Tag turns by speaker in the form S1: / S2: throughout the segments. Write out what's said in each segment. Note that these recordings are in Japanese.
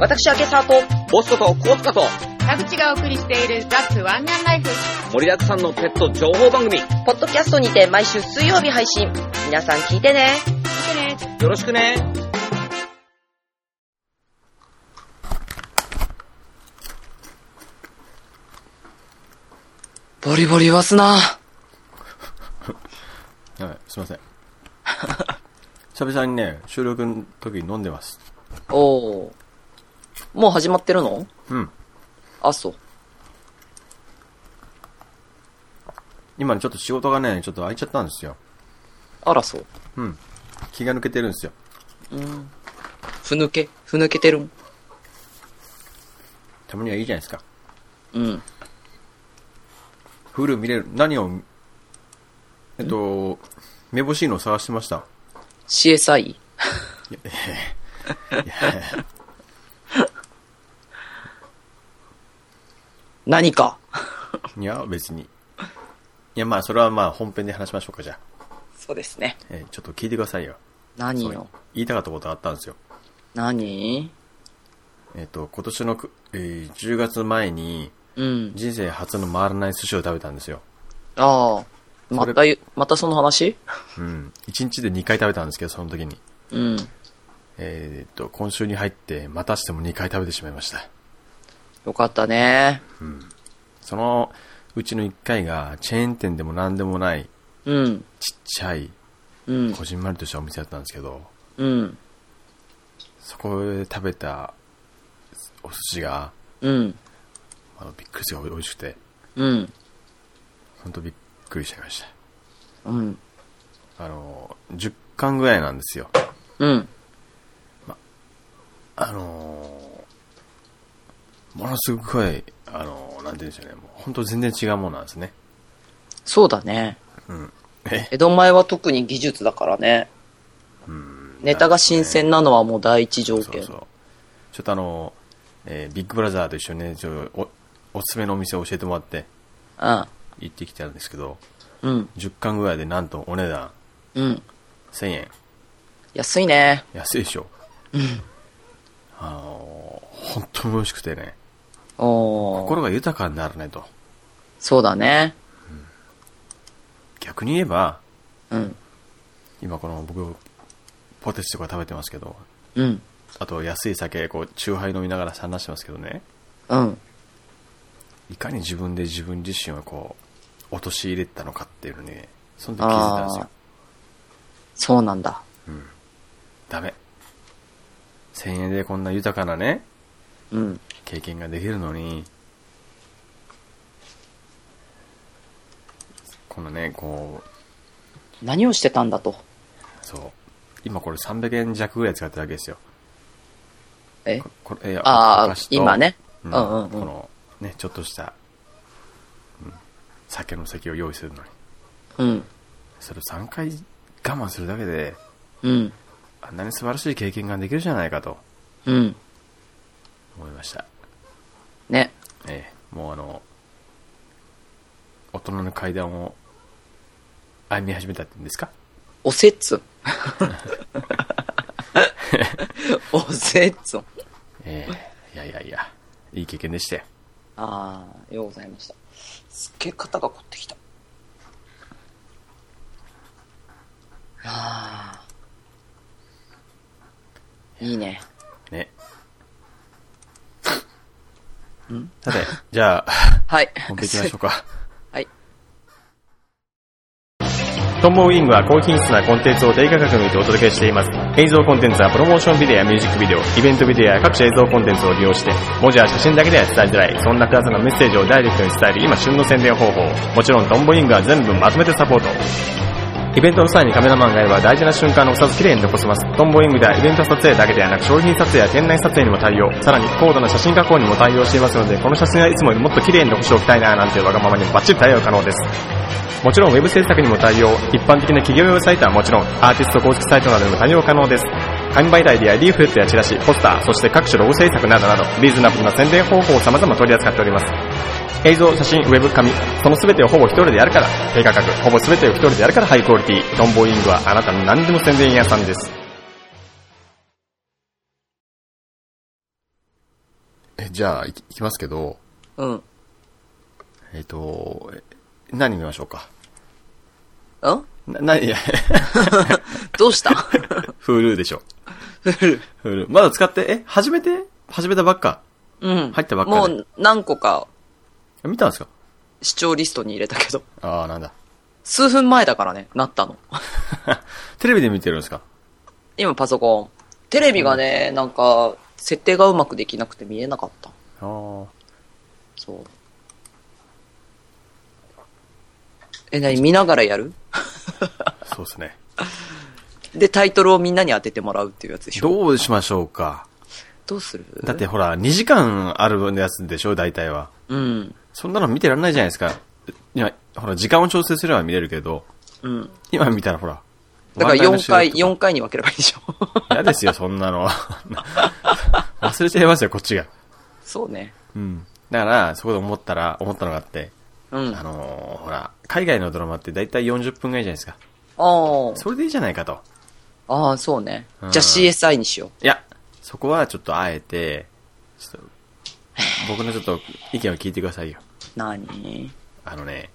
S1: 私、明沢と
S2: ボストとコーツカと
S3: 田口がお送りしているザ・ツワンガンライフ。
S2: 盛りだくさんのペット情報番組よ
S1: ポッドキャストにて毎週水曜日配信皆さん聞いてね
S3: 見てね
S2: ろしくね
S4: ボリボリ言わすな。
S5: はい、すいません。久々にね、収録の時に飲んでます。
S4: おー。もう始まってるの
S5: うん。
S4: あ、そう。
S5: 今ね、ちょっと仕事がね、ちょっと空いちゃったんですよ。
S4: あら、そう。
S5: うん。気が抜けてるんですよ。
S4: ふぬけふぬけてる
S5: たまにはいいじゃないですか。
S4: うん。
S5: フル見れる。何を、えっと、めぼしいのを探してました。
S4: CSI? 何か。
S5: いや、別に。いや、まあ、それはまあ、本編で話しましょうか、じゃあ。
S4: そうですね。
S5: えーちょっと聞いてくださいよ。
S4: 何
S5: そう
S4: よ。
S5: 言いたかったことがあったんですよ。
S4: 何
S5: えっと、今年のく、えー10月前に、
S4: うん。
S5: 人生初の回らない寿司を食べたんですよ。
S4: ああ。ま
S5: そ
S4: たゆ、またその話
S5: うん。1日で2回食べたんですけど、その時に。
S4: うん。
S5: えーっと、今週に入って、またしても2回食べてしまいました。
S4: よかったね。
S5: そのうちの1回が、チェーン店でも何でもない、
S4: うん。
S5: ちっちゃい、
S4: うん。
S5: こじんまりとしたお店だったんですけど、
S4: うん。
S5: そこで食べたお寿司が、
S4: うん。
S5: あのびっくりするほど美味しくて、
S4: うん。
S5: ほんとびっくりしちゃいまし
S4: うん。
S5: た。あの、10巻ぐらいなんですよ。
S4: うん。
S5: あのーものすごい、あのーなんて言うんでしょうね、もうほんと全然違うものなんですね。
S4: そうだね。
S5: うん。え
S4: 江戸前は特に技術だからね。ネタが新鮮なのはもう第一条件。
S5: そうそうちょっとあの、えービッグブラザーと一緒にねちょおおすすめのお店を教えてもらって行ってきたんですけど
S4: うん。うん。
S5: 10巻ぐらいでなんとお値段
S4: うん。
S5: 1000円
S4: 安いね。
S5: 安いでしょあのー本当に美味しくてね
S4: おー
S5: 心が豊かになるねと
S4: そうだね。
S5: 逆に言えば
S4: うん。
S5: 今この僕ポテチとか食べてますけど
S4: うん。
S5: あと安い酒こうチューハイ飲みながら話してますけどね
S4: うん。
S5: いかに自分で自分自身をこう陥れてたのかっていうのにその時気づいたんですよ
S4: あーそうなんだ。
S5: ダメ。1000円でこんな豊かなね、
S4: うん。
S5: 経験ができるのに、このね、こ
S4: 何をしてたんだと。
S5: う、そう。今これ300円弱ぐらい使っただけですよ。
S4: え
S5: これ、いや
S4: あ
S5: お
S4: あ
S5: 菓子、と
S4: 今ね。
S5: う
S4: うんんうんう
S5: こ
S4: ん。
S5: の、ね、ちょっとした、うん酒の席を用意するのに。
S4: うん。
S5: それを3回我慢するだけで、
S4: うん。
S5: あんなに素晴らしい経験ができるじゃないかと
S4: うん。
S5: 思いました。
S4: ね。
S5: ええ、もうあの、大人の階段を歩み始めたんですか
S4: おせ つ。おせつ。
S5: ええ、いやいやいや、いい経験でしたよ。
S4: ああ、ようございました。すっげえ肩が凝ってきた。ああ。いいね。
S5: ね。さて、じゃあ、
S4: はい。
S5: 本編行きましょうか。
S4: はい。
S5: トンボウイングは高品質なコンテンツを低価格にてお届けしています。映像コンテンツはプロモーションビデオやミュージックビデオ、イベントビデオや各種映像コンテンツを利用して、文字や写真だけでは伝えづらい、そんな複雑なメッセージをダイレクトに伝える今旬の宣伝方法。もちろんトンボウイングは全部まとめてサポート。イベントの際にカメラマンがいれば大事な瞬間のお札きれいに残せます。トンボウイングではイベント撮影だけではなく商品撮影や店内撮影にも対応。さらに高度な写真加工にも対応していますので、この写真はいつもよりもっと綺麗に残しておきたいななんていうわがままにもバッチリ対応可能です。もちろんウェブ制作にも対応、一般的な企業用サイトはもちろん、アーティスト公式サイトなどにも対応可能です。紙媒体でやリーフレットやチラシ、ポスター、そして各種ロゴ制作などなど、リーズナブルな宣伝方法を様々取り扱っております。映像、写真、ウェブ、紙、その全てをほぼ一人でやるから、低価格、ほぼ全てを一人でやるからハイクオリティ、ドンボーイングはあなたの何でも宣伝屋さんです。えじゃあ、いきいきますけど、
S4: うん。ん
S5: えっ、と、え何見ましょうか。
S4: ど
S5: な、な、いや、
S4: うした
S5: Hulu でし ょ。Hulu。まだ使って、え、始めて始めたばっか。
S4: うん。
S5: 入ったばっかで
S4: もう何個か
S5: 見たんですか
S4: 視聴リストに入れたけど。
S5: ああ、なんだ。
S4: 数分前だからね、なったの。
S5: テレビで見てるんですか
S4: 今パソコン。テレビがね、なんか、設定がうまくできなくて見えなかった。
S5: ああ。
S4: そう。え、なに見ながらやる
S5: そうですね。
S4: で、タイトルをみんなに当ててもらうっていうやつでしょ
S5: どうしましょうか。
S4: どうする
S5: だってほら、2時間あるやつでしょ、大体は。
S4: うん。
S5: そんなの見てらんないじゃないですか。いや、ほら、時間を調整すれば見れるけど、
S4: うん。
S5: 今見たらほら。
S4: だから
S5: ワン
S4: 4
S5: タ
S4: 回、
S5: イム収録
S4: 4回に分ければいいでしょ
S5: とか嫌ですよ、そんなの。忘れちゃいますよ、こっちが。
S4: そうね。
S5: うん。だから、そこで思ったら、思ったのがあって、
S4: うん。
S5: あ
S4: あ
S5: のーほら、海外のドラマって大体40分ぐらいじゃないですか。
S4: あ。
S5: それでいいじゃないかと。
S4: ああ、そうね。
S5: うん
S4: じゃあ CSI にしよ
S5: いや、そこはちょっとあえて、ちょっと、僕のちょっと意見を聞いてくださいよ。
S4: う。なに
S5: あのね、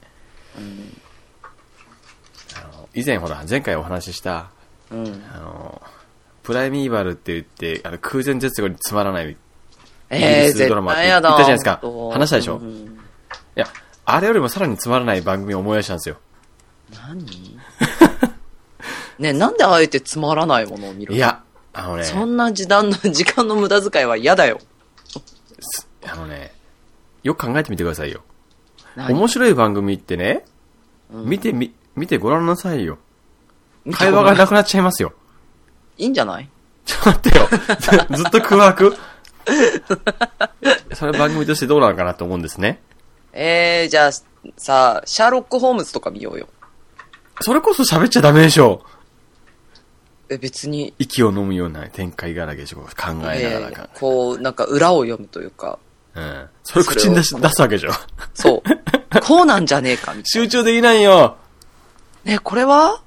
S5: あの以前ほら、前回お話しした、
S4: うん。
S5: あのープライミーバルって言って、あの空前絶後につまらない、い
S4: ええ
S5: イギリスド
S4: 絶
S5: ラマ
S4: 対やだ。
S5: 言ったじゃないですか
S4: 本当
S5: 話したでしょ
S4: うん
S5: や、あれよりもさらにつまらない番組を思い出したんですよ。
S4: 何ね、なんであえてつまらないものを見るの
S5: い、や、あのね、
S4: そんな時短の時間の無駄遣いは嫌だよ。
S5: あのね、よく考えてみてくださいよ。
S4: 何
S5: 面白い番組ってね、見てみ、見てご覧なさいよ。会話が
S4: い
S5: なくなっちゃいますよ。
S4: いんじゃない
S5: ちょっと待って よ。ずずっと空白 それ番組としてどうなのかなと思うんですね。
S4: ええじゃあ、さあ、シャーロック・ホームズとか見ようよ。
S5: それこそ喋っちゃダメでしょ。
S4: え、別に、
S5: 息を飲むような展開がらげでしょ。考えながら
S4: え
S5: 考
S4: えこう、なんか裏を読むというか、
S5: えうん。それ口に出し
S4: それを
S5: 出すわけでしょ。
S4: そう。こうなんじゃねえか、みたい
S5: 集中できないよ。
S4: な。ね、これは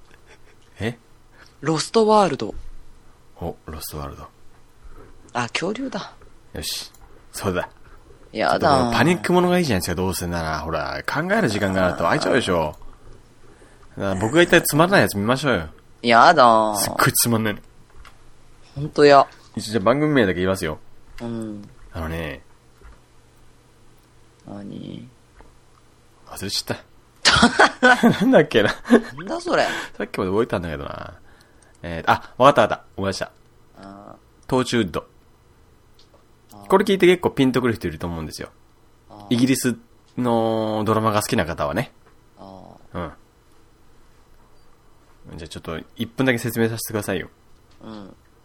S5: え
S4: ロストワールド。
S5: お、ロストワールド。
S4: あ、恐竜だ。
S5: よし。そうだ。
S4: や
S5: だか
S4: だ
S5: ら。パニックものがいいじゃないですか、どうせなら。ほら、考える時間があると空いちゃうでしょ。だから僕が言ったらつまらないやつ見ましょうよ。
S4: やだ。
S5: すっごいつまんないの。
S4: ほんとや。
S5: 一応じゃあ番組名だけ言いますよ。
S4: うん。
S5: あのね、
S4: 何
S5: 忘れちゃった。 なんだっけな。
S4: なんだそれ。
S5: さっきまで覚えたんだけどな。えー、あ、わかったわかった。思い出した。
S4: あ
S5: トーチウッド。これ聞いて結構ピンとくる人いると思うんですよ。
S4: あ
S5: イギリスのドラマが好きな方はね。
S4: あ
S5: うん。じゃあちょっと1分だけ説明させてくださいよ。
S4: うん。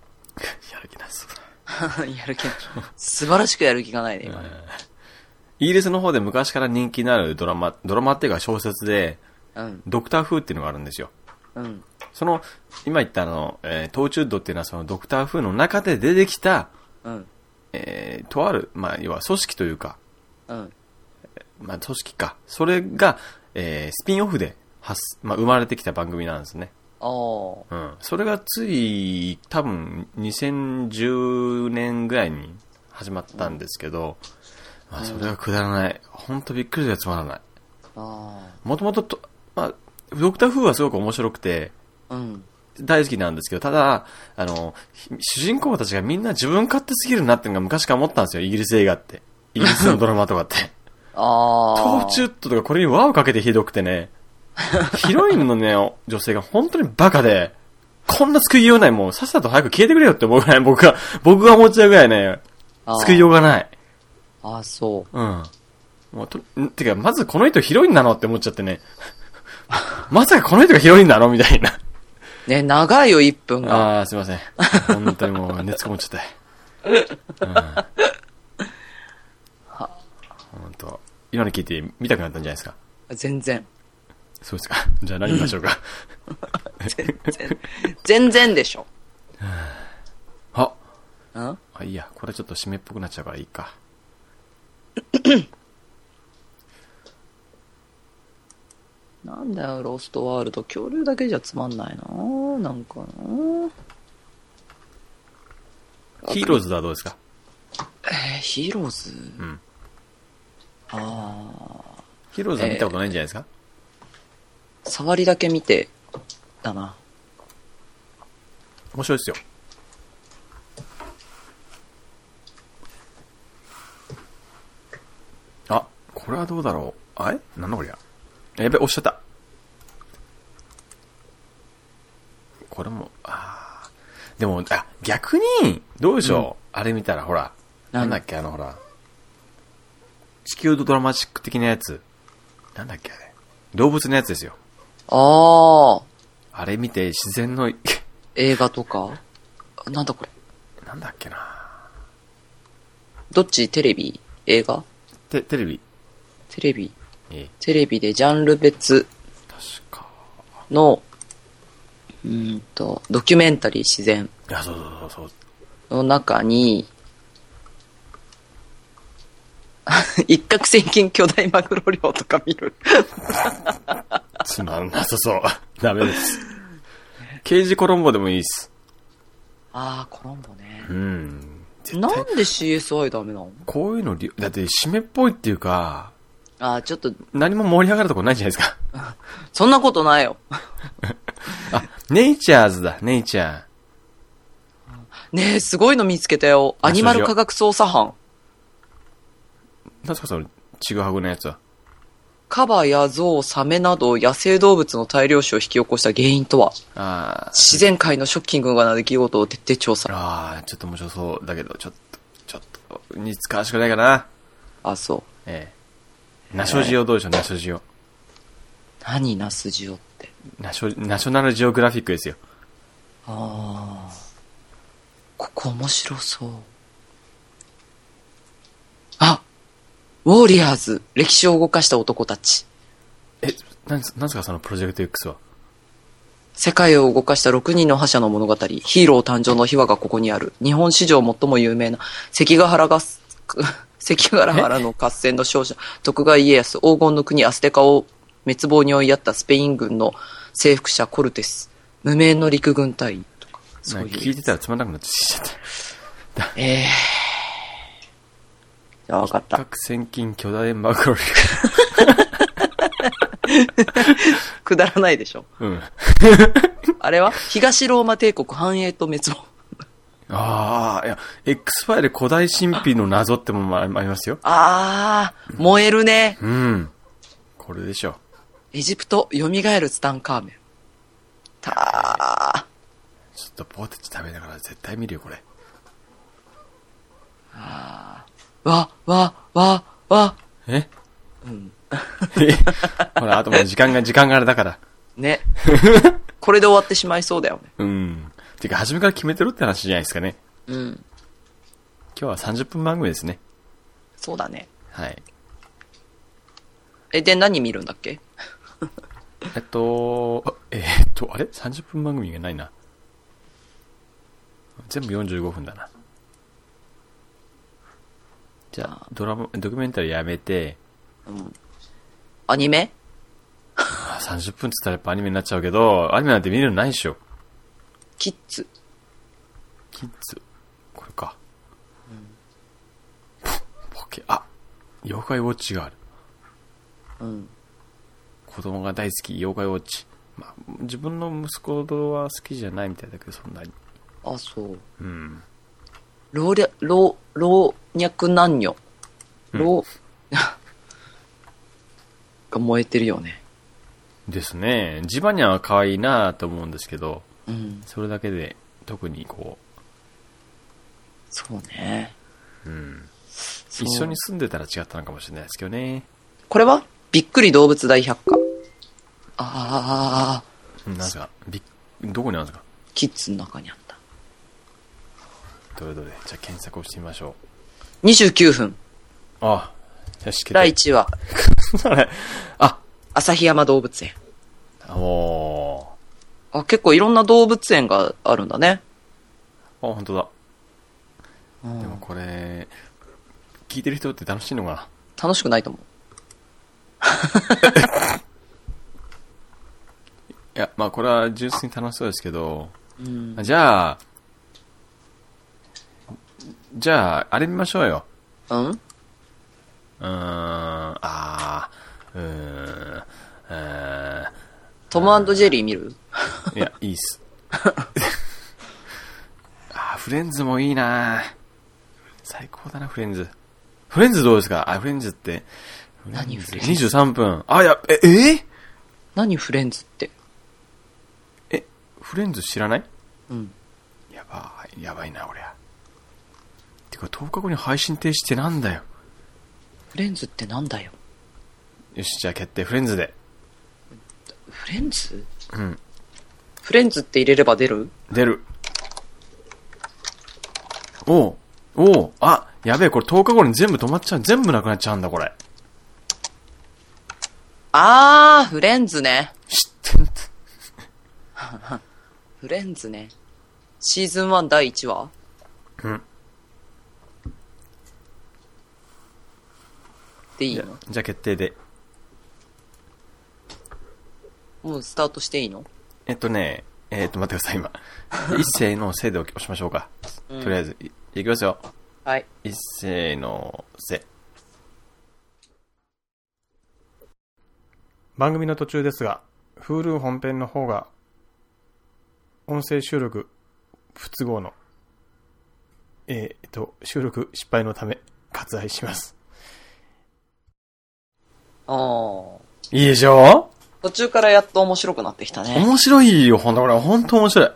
S5: やる気なそうだ。
S4: やる気ない。素晴らしくやる気がないね、今ね。
S5: イギリスの方で昔から人気のあるドラマ、ドラマっていうか小説で、
S4: うん。
S5: ドクター風っていうのがあるんですよ。
S4: うん。
S5: その、今言ったあの、えートーチュードっていうのはそのドクター風の中で出てきた、
S4: うん。
S5: えーとある、まあ、要は組織というか、
S4: うん。
S5: まあ、組織か。それが、えースピンオフで発、まあ、生まれてきた番組なんですね。
S4: ああ。
S5: うん。それがつい、多分、2010年ぐらいに始まったんですけど、まあ、それはくだらない。ほんとびっくりするやつまらない。
S4: あ
S5: もともとと、まあ、ドクター風はすごく面白くて、
S4: あ。うん。
S5: 大好きなんですけど、ただ、あの、ひ主人公たちがみんな自分勝手すぎるなっていうのが昔から思ったんですよ、イギリス映画って。イギリスのドラマとかって。
S4: あ
S5: ト
S4: あ。
S5: ーチュットとかこれに輪をかけてひどくてね、ヒロインのね、女性が本当にバカで、こんな救いようない、もうさっさと早く消えてくれよって思うぐらい、僕が、僕が思っちゃうぐらいね、
S4: あー
S5: 救いようがない。
S4: ああ、そ
S5: うん。もうと、んてか、まずこの人ヒロインなのって思っちゃってね。まさかこの人がヒロインなのみたいな。
S4: う。ね、長いよ、1分が。
S5: ああ、すいません。本当にもう熱こもっちゃった。うん。本当。今の聞いて見たくなったんじゃないですか。
S4: 全然。
S5: そうですか。 じゃあ何見ましょうか。
S4: 全然。全然でしょ。
S5: あ、
S4: うん
S5: あ、いいや。これちょっと締めっぽくなっちゃうからいいか。
S4: なんだよ、ロストワールド。恐竜だけじゃつまんないななんかな
S5: ヒーローズはどうですか
S4: えー、ヒーローズ
S5: うん。
S4: ああ、
S5: ヒーローズは見たことないんじゃないですか、
S4: 触りだけ見て、だな。
S5: 面白いですよ。あ、これはどうだろう。あれなんだこりゃ。やべ、押しちゃった。これも、あーでも、あ、逆に、どうでしょう、あれ見たら、ほら、
S4: 何
S5: なんだっけ、あの、ほら、地球ドラマチック的なやつ。なんだっけ、あれ。動物のやつですよ。
S4: ああ、
S5: あれ見て、自然の、
S4: 映画とかあなんだこれ。
S5: なんだっけな
S4: どっちテレビ映画
S5: て、テレビ。
S4: テレビ
S5: ええ
S4: テレビでジャンル別
S5: 確か。
S4: の、うーんと、ドキュメンタリー自然
S5: いや、そうそうそうそう。
S4: の中に、 一攫千金巨大マグロ漁とか見る。
S5: つまんなさそう。 ダメです。刑事コロンボでもいいっす。
S4: ああ、コロンボね
S5: う。ん。絶
S4: な
S5: 対
S4: ん、で CSI ダメなの
S5: こういうのり、だって締めっぽいっていうか、
S4: ああ、ちょっと、
S5: 何も盛り上がるとこないじゃないですか。
S4: そんなことないよ。
S5: あ、ネイチャーズだ、ネイチャー。
S4: ねえ、すごいの見つけたよ。アニマル科学捜査班。
S5: なんすかその、ちぐはぐのやつは。
S4: カバやゾウ、サメなど野生動物の大量死を引き起こした原因とは
S5: あー
S4: 自然界のショッキングな出来事を徹底調査。
S5: あー、ちょっと面白そうだけど、ちょっと、ちょっと、に使わしくないかな。
S4: あ、そう。
S5: ええ。ナショジオどうでしょう、ナショジオ。
S4: 何ナスジオって。
S5: ナショ、ナショナルジオグラフィックですよ。
S4: ああ。ここ面白そう。あウォーリアーズ、歴史を動かした男たち。
S5: え、なんす、なんすかそのプロジェクト X は。
S4: 世界を動かした6人の覇者の物語、ヒーロー誕生の秘話がここにある。日本史上最も有名な、関ヶ原が、 関ヶ原の合戦の勝者、徳川家康、黄金の国アステカを滅亡に追いやったスペイン軍の征服者コルテス、無名の陸軍隊員とか、そ
S5: な
S4: うん
S5: か
S4: い。
S5: 聞いうてたらつまんなくなってきちゃった。
S4: ええじゃあ分か った。
S5: 各千金巨大マグロリ
S4: くだらないでしょ。
S5: うん。あ
S4: あれは東ローマ帝国繁栄と滅亡。
S5: あ、いや、X ファイル古代神秘の謎ってもんもありますよ。
S4: あー、燃えるね。
S5: うん。これでしょ。
S4: エジプト、蘇るツタンカーメン。たー。
S5: ちょっとポテチ食べながら絶対見るよ、これ。
S4: わ、わ、わ、わ。
S5: え うん。ほら、あともう時間が、時間があれだから。
S4: ね。 これで終わってしまいそうだよね。
S5: うん。てか、初めから決めてろって話じゃないですかね。
S4: うん。
S5: 今日は30分番組ですね。
S4: そうだね。
S5: はい。
S4: え、で何見るんだっけ
S5: えっと、あえーっと、あれ ?30 分番組がないな。全部45分だな。じゃあ、ドラマ、ドキュメンタリーやめて、
S4: アニメ
S5: あ30分っつったらやっぱアニメになっちゃうけど、アニメなんて見るのないでしょ。
S4: キッズ。
S5: キッズ。これか。ポケ、あ、妖怪ウォッチがある。
S4: うん。
S5: 子供が大好き、妖怪ウォッチ。まあ、自分の息子は好きじゃないみたいだけど、そんなに。
S4: あ、そう。
S5: うん。
S4: 老若、老、老若男女。老、 が燃えてるよね。
S5: ですね。ジバニャンは可愛いなと思うんですけど、
S4: うん。
S5: それだけで特にこ
S4: そうね。
S5: う、うん、
S4: そう
S5: 一緒に住んでたら違ったのかもしれないですけどね。
S4: これはびっくり動物大百科。ああ、
S5: うんなんすか、びっどこにあるんですか
S4: キッズの中にあった。
S5: どれどれ。じゃあ検索をしてみましょ
S4: 29分。
S5: う。ああ、よし、決
S4: 第
S5: 定。
S4: 1話、
S5: あ、
S4: 旭山動物園。
S5: おー。
S4: あ、結構いろんな動物園があるんだね。
S5: あ、本当だ。
S4: うん
S5: でもこれ、聞いてる人って楽しいのか
S4: 楽しくないと思う。
S5: ないや、まあこれは純粋に楽しそうですけど、
S4: うん
S5: じゃあ、じゃあ、あれ見ましょうよ。
S4: うん
S5: うーん、あー、うーん、え
S4: トムジェリー見る
S5: ー、いや、いいっす。 あー、フレンズもいいな最高だな、フレンズ。フレンズどうですかあ、フレンズって。
S4: 何フレンズ
S5: ?23 分。あ、いや、え、えー
S4: 何フレンズって。
S5: え、フレンズ知らない
S4: うん。
S5: やばい、やばいな、俺は。てか、10日後に配信停止ってなんだよ。
S4: フレンズってなんだよ。
S5: よし、じゃあ決定、フレンズで。
S4: フレンズ
S5: うん。
S4: フレンズって入れれば出る
S5: 出る。おうおうあ、やべえ、これ10日後に全部止まっちゃう。全部なくなっちゃうんだ、これ。
S4: あー、フレンズね。
S5: 知ってんだ
S4: フレンズね。シーズン1第1話
S5: うん
S4: でいい
S5: じゃ
S4: の
S5: じゃあ決定で。
S4: もうスタートしていいの
S5: えっとね、えっと、待ってください、今。一斉のせいで押しましょうか。とりあえず、いいきますよ。
S4: はい。
S5: 一斉のせ。
S6: 番組の途中ですが、Hulu 本編の方が、音声収録不都合の、えー、と、収録失敗のため、割愛します。
S4: あー。
S5: いいでしょ
S4: 途中からやっと面白くなってきたね。
S5: 面白いよ、ほんと、これ、ほんと面白い。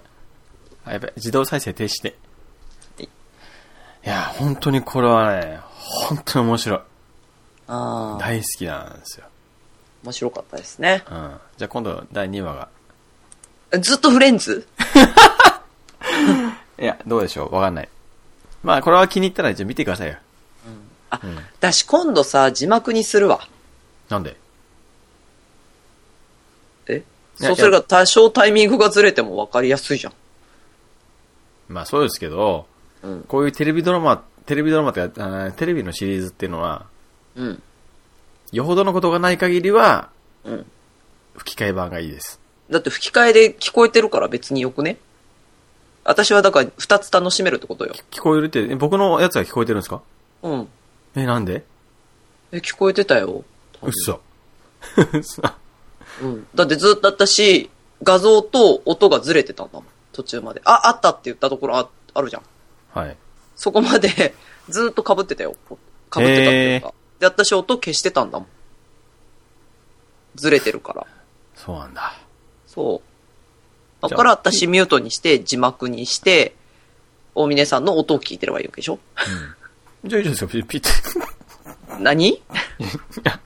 S5: あ、やべ、自動再生停止して。いや、本当にこれはね、本当に面白い。
S4: あー。
S5: 大好きなんですよ。
S4: 面白かったですね。
S5: うん。じゃあ今度、第2話が。
S4: ずっとフレンズ
S5: いや、どうでしょうわかんない。まあ、これは気に入ったら、じゃあ見てくださいよ。
S4: あ、私今度さ、字幕にするわ。
S5: なんで
S4: え
S5: いや
S4: そうすれば多少タイミングがずれても分かりやすいじゃん。
S5: まあ、そうですけど、
S4: うん
S5: こういうテレビドラマ、テレビドラマってか、あーテレビのシリーズっていうのは、
S4: うん。
S5: よほどのことがない限りは、
S4: うん
S5: 吹き替え版がいいです。
S4: だって吹き替えで聞こえてるから別によくね私はだから二つ楽しめるってことよ。
S5: 聞こえるって、え僕のやつは聞こえてるんですか
S4: うん。
S5: え、なんで
S4: え、聞こえてたよ。
S5: うっそ。
S4: うん。だってずっと私、画像と音がずれてたんだもん。途中まで。あ、あったって言ったところああるじゃん。
S5: はい。
S4: そこまで ずっと被ってたよ。被ってたっていうか。で、私音消してたんだもん。ずれてるから。
S5: そうなんだ。
S4: そう。だから私ミュートにして、字幕にして、大峰さんの音を聞いてればいいわけでしょ
S5: じゃあいいじゃないですか、ピッピッて。
S4: 何
S5: いや、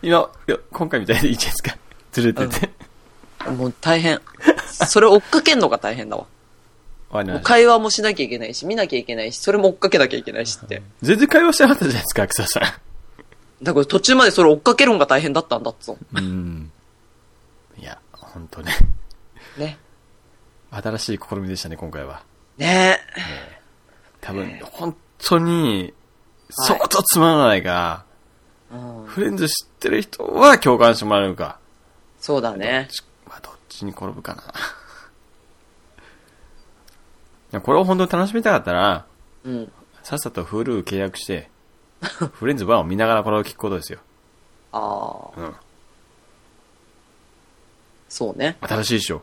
S5: いや今回みたいでいいじゃないですか。ずれ てて。
S4: もう大変。それ追っかけんのが大変だわ。
S5: わか
S4: も
S5: り
S4: う
S5: ました。
S4: 会話もしなきゃいけないし、見なきゃいけないし、それも追っかけなきゃいけないしって。
S5: 全然会話してなかったじゃないですか、草さ。
S4: だから途中までそれ追っかけるんが大変だったんだっつうん
S5: うん。いや、ほんとね。
S4: ね。
S5: 新しい試みでしたね、今回は。
S4: ねえ。
S5: 多分、本当に、相当つまらないが、
S4: うん、
S5: フレンズ知ってる人は共感してもらえるか。
S4: そうだね。
S5: ちまあ、どっちに転ぶかな。いやこれを本当に楽しみたかったら、
S4: うん。
S5: さっさと Hulu 契約して、フレンズ1を見ながらこれを聞くことですよ。
S4: ああ。
S5: うん
S4: そうね。
S5: 新しいでしょ。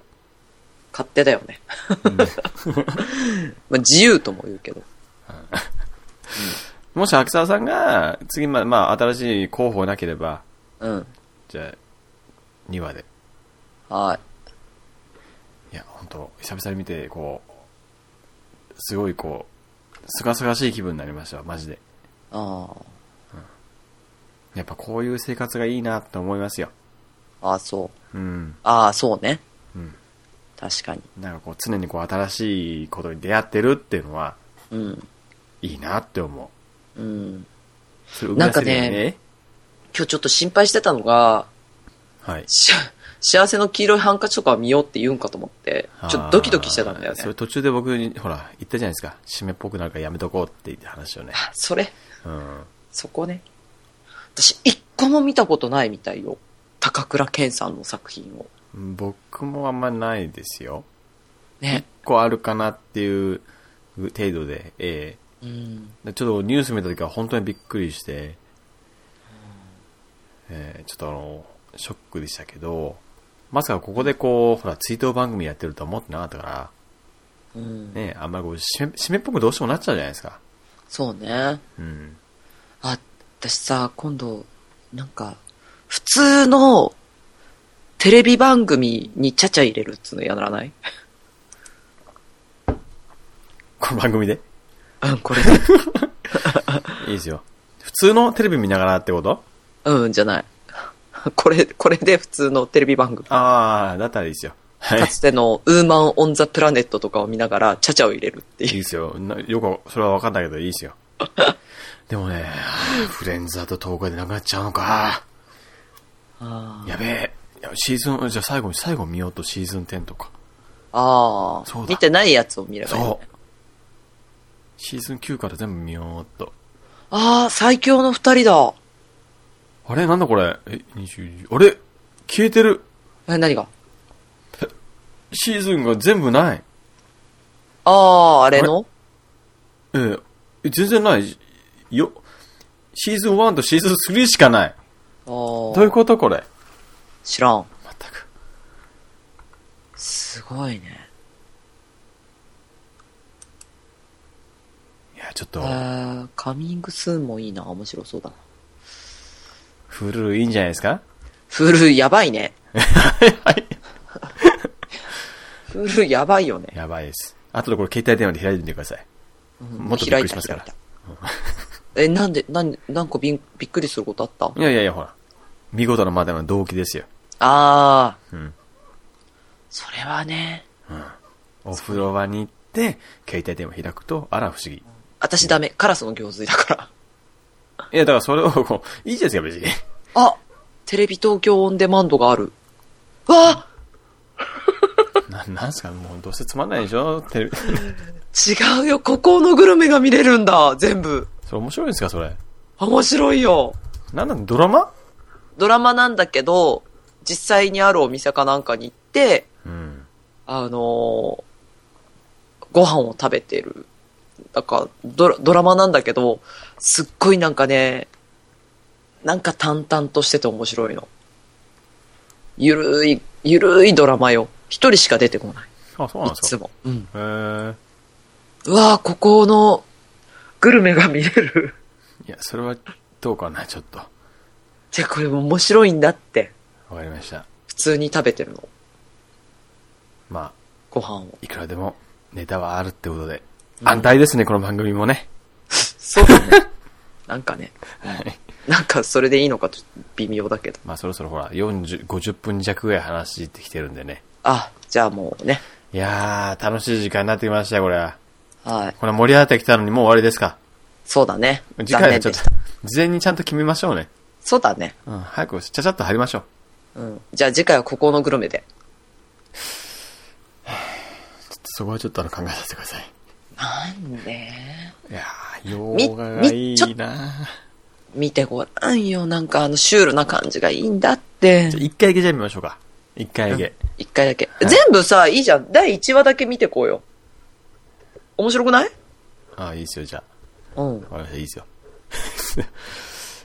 S4: 勝手だよね。 まあ自由とも言うけど。
S5: もし、秋沢さんが、次ま、まあ、新しい候補なければ、
S4: うん。
S5: じゃあ、2話で。
S4: はい。
S5: いや、本当久々に見て、こう、すごいこう、すがすがしい気分になりました、マジで。
S4: あ
S5: やっぱこういう生活がいいなって思いますよ。
S4: あ。ああ、そう。
S5: うん。
S4: ああ、そうね。
S5: うん。
S4: 確かに。
S5: なんかこう、常にこう、新しいことに出会ってるっていうのは、
S4: うん。
S5: いいなって思う。
S4: うん。
S5: それ生み出せるよ
S4: なんかね、今日ちょっと心配してたのが、
S5: はい。
S4: し幸せの黄色いハンカチとかは見ようって言うんかと思って、ちょっとドキドキしてたんだよ
S5: あーそれ
S4: ね。
S5: 途中で僕に、ほら、言ったじゃないですか。締めっぽくなるからやめとこうって言って 話をね。
S4: あそれ、
S5: うん。
S4: そこね。私、一個も見たことないみたいよ。高倉健さんの作品を。
S5: 僕もあんまないですよ。
S4: ね。
S5: こうあるかなっていう程度で、え
S4: う
S5: え
S4: ん。
S5: でちょっとニュース見た時は本当にびっくりして、えーちょっとあの、ショックでしたけど、まさかここでこう、ほら、追悼番組やってるとは思ってなかったから、
S4: うん。
S5: ね、あんまりこう、締め締めっぽくどうしてもなっちゃうじゃないですか。
S4: そうね。
S5: うん。
S4: あ、私さ、今度、なんか、普通のテレビ番組にちゃちゃ入れるっつうのやらない
S5: この番組で。
S4: うん、これで。
S5: いいですよ。普通のテレビ見ながらってこと
S4: うん、じゃない。 これ、これで普通のテレビ番組。
S5: あー、だったらいいですよ。はい。
S4: かつてのウーマン・オン・ザ・プラネットとかを見ながら、ちゃちゃを入れるって
S5: いい
S4: いう。
S5: ですよ。なよく、それは分かんないけど、いいですよ。でもね、フレンズあと10日でなくなっちゃうのか。
S4: あ
S5: やべえ。いやシーズン、じゃあ最後に、最後見ようとシーズン10とか。
S4: あ
S5: そうだ
S4: 見てないやつを見ればいい、ね
S5: そ。う。シーズン9から全部見ようっと。
S4: ああ、最強の二人だ。
S5: あれなんだこれえ、20、あれ消えてる。
S4: え、何が
S5: シーズンが全部ない。
S4: ああ、あれの
S5: えーえ、全然ない。よ、シーズン1とシーズン3しかない。
S4: ああ
S5: どういうことこれ。
S4: 知らん。
S5: まったく。
S4: すごいね。
S5: いや、ちょっ
S4: え
S5: と、
S4: ー、カミングスーンもいいな。面白そうだな。
S5: フルいいんじゃないですか
S4: フルやばいね。
S5: はい。
S4: フルやばいよね。
S5: やばいです。あとでこれ携帯電話で開いてみてください。もっとびっくりしますから
S4: 開いた。開いたえ、なんで、なん、何個びんびっくりすることあった
S5: いやいやいや、ほら。見事なまでの動機ですよ。
S4: ああ。
S5: うん
S4: それはね、
S5: お風呂場に行って、携帯電話開くと、あら不思議。
S4: 私ダメ。カラスの行水だから。
S5: いや、だからそれをこう、 いいじゃないですか、別に。
S4: あテレビ東京オンデマンドがある。わあ
S5: な、なんすか、もうどうせつまんないでしょテ レビ。
S4: 違うよ。ここのグルメが見れるんだ。全部。
S5: それ面白いんですか、それ。
S4: 面白いよ。
S5: なんなんドラマ
S4: ドラマなんだけど、実際にあるお店かなんかに行って、
S5: うん。
S4: あのーご飯を食べてる。なんかドラ、ドラマなんだけど、すっごいなんかね、なんか淡々としてて面白いの。ゆるい、ゆるいドラマよ。一人しか出てこない。
S5: あ、そうなん
S4: い
S5: で
S4: つ
S5: すか。
S4: も。うん。
S5: へー
S4: うわぁ、ここのグルメが見れる。
S5: いや、それは、どうかな、ちょっと。
S4: じゃあこれ面白いんだって。
S5: わかりました。
S4: 普通に食べてるの。
S5: まあ、
S4: ご飯を。
S5: いくらでも、ネタはあるってことで。安泰ですね、この番組もね。
S4: そうだね。 なんかね。
S5: はい。
S4: なんかそれでいいのかちょっと微妙だけど。
S5: まあそろそろほら、40、50分弱ぐらい話してきてるんでね。
S4: あ、じゃあもうね。
S5: いやー、楽しい時間になってきましたよ、これは。
S4: はい。
S5: これ盛り上がってきたのにもう終わりですか。
S4: そうだね。
S5: 次回
S4: 残
S5: は
S4: 念
S5: ちょ
S4: で
S5: っと
S4: した。、
S5: 事前にちゃんと決めましょうね。
S4: そうだね。
S5: うん、早く、ちゃちゃっと入りましょう。
S4: うん。じゃあ次回はここのグルメで。
S5: そこはちょっとあの考えさせてください。
S4: なんで
S5: いやー、洋画がいいな
S4: 見てごらんよ。なんかあのシュールな感じがいいんだって
S5: じゃ。あ一回だけじゃあ見ましょうか。一回だけ。
S4: 一回だけ。全部さ、いいじゃん。第1話だけ見てこうよ。面白くない
S5: ああ、いいですよ、じゃ
S4: うん
S5: あ。わ。かりました、いいですよ。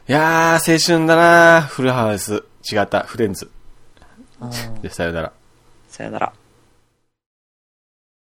S5: いやー、青春だなーフルハウス。違った、フレンズ。じゃあさよなら。
S4: さよなら。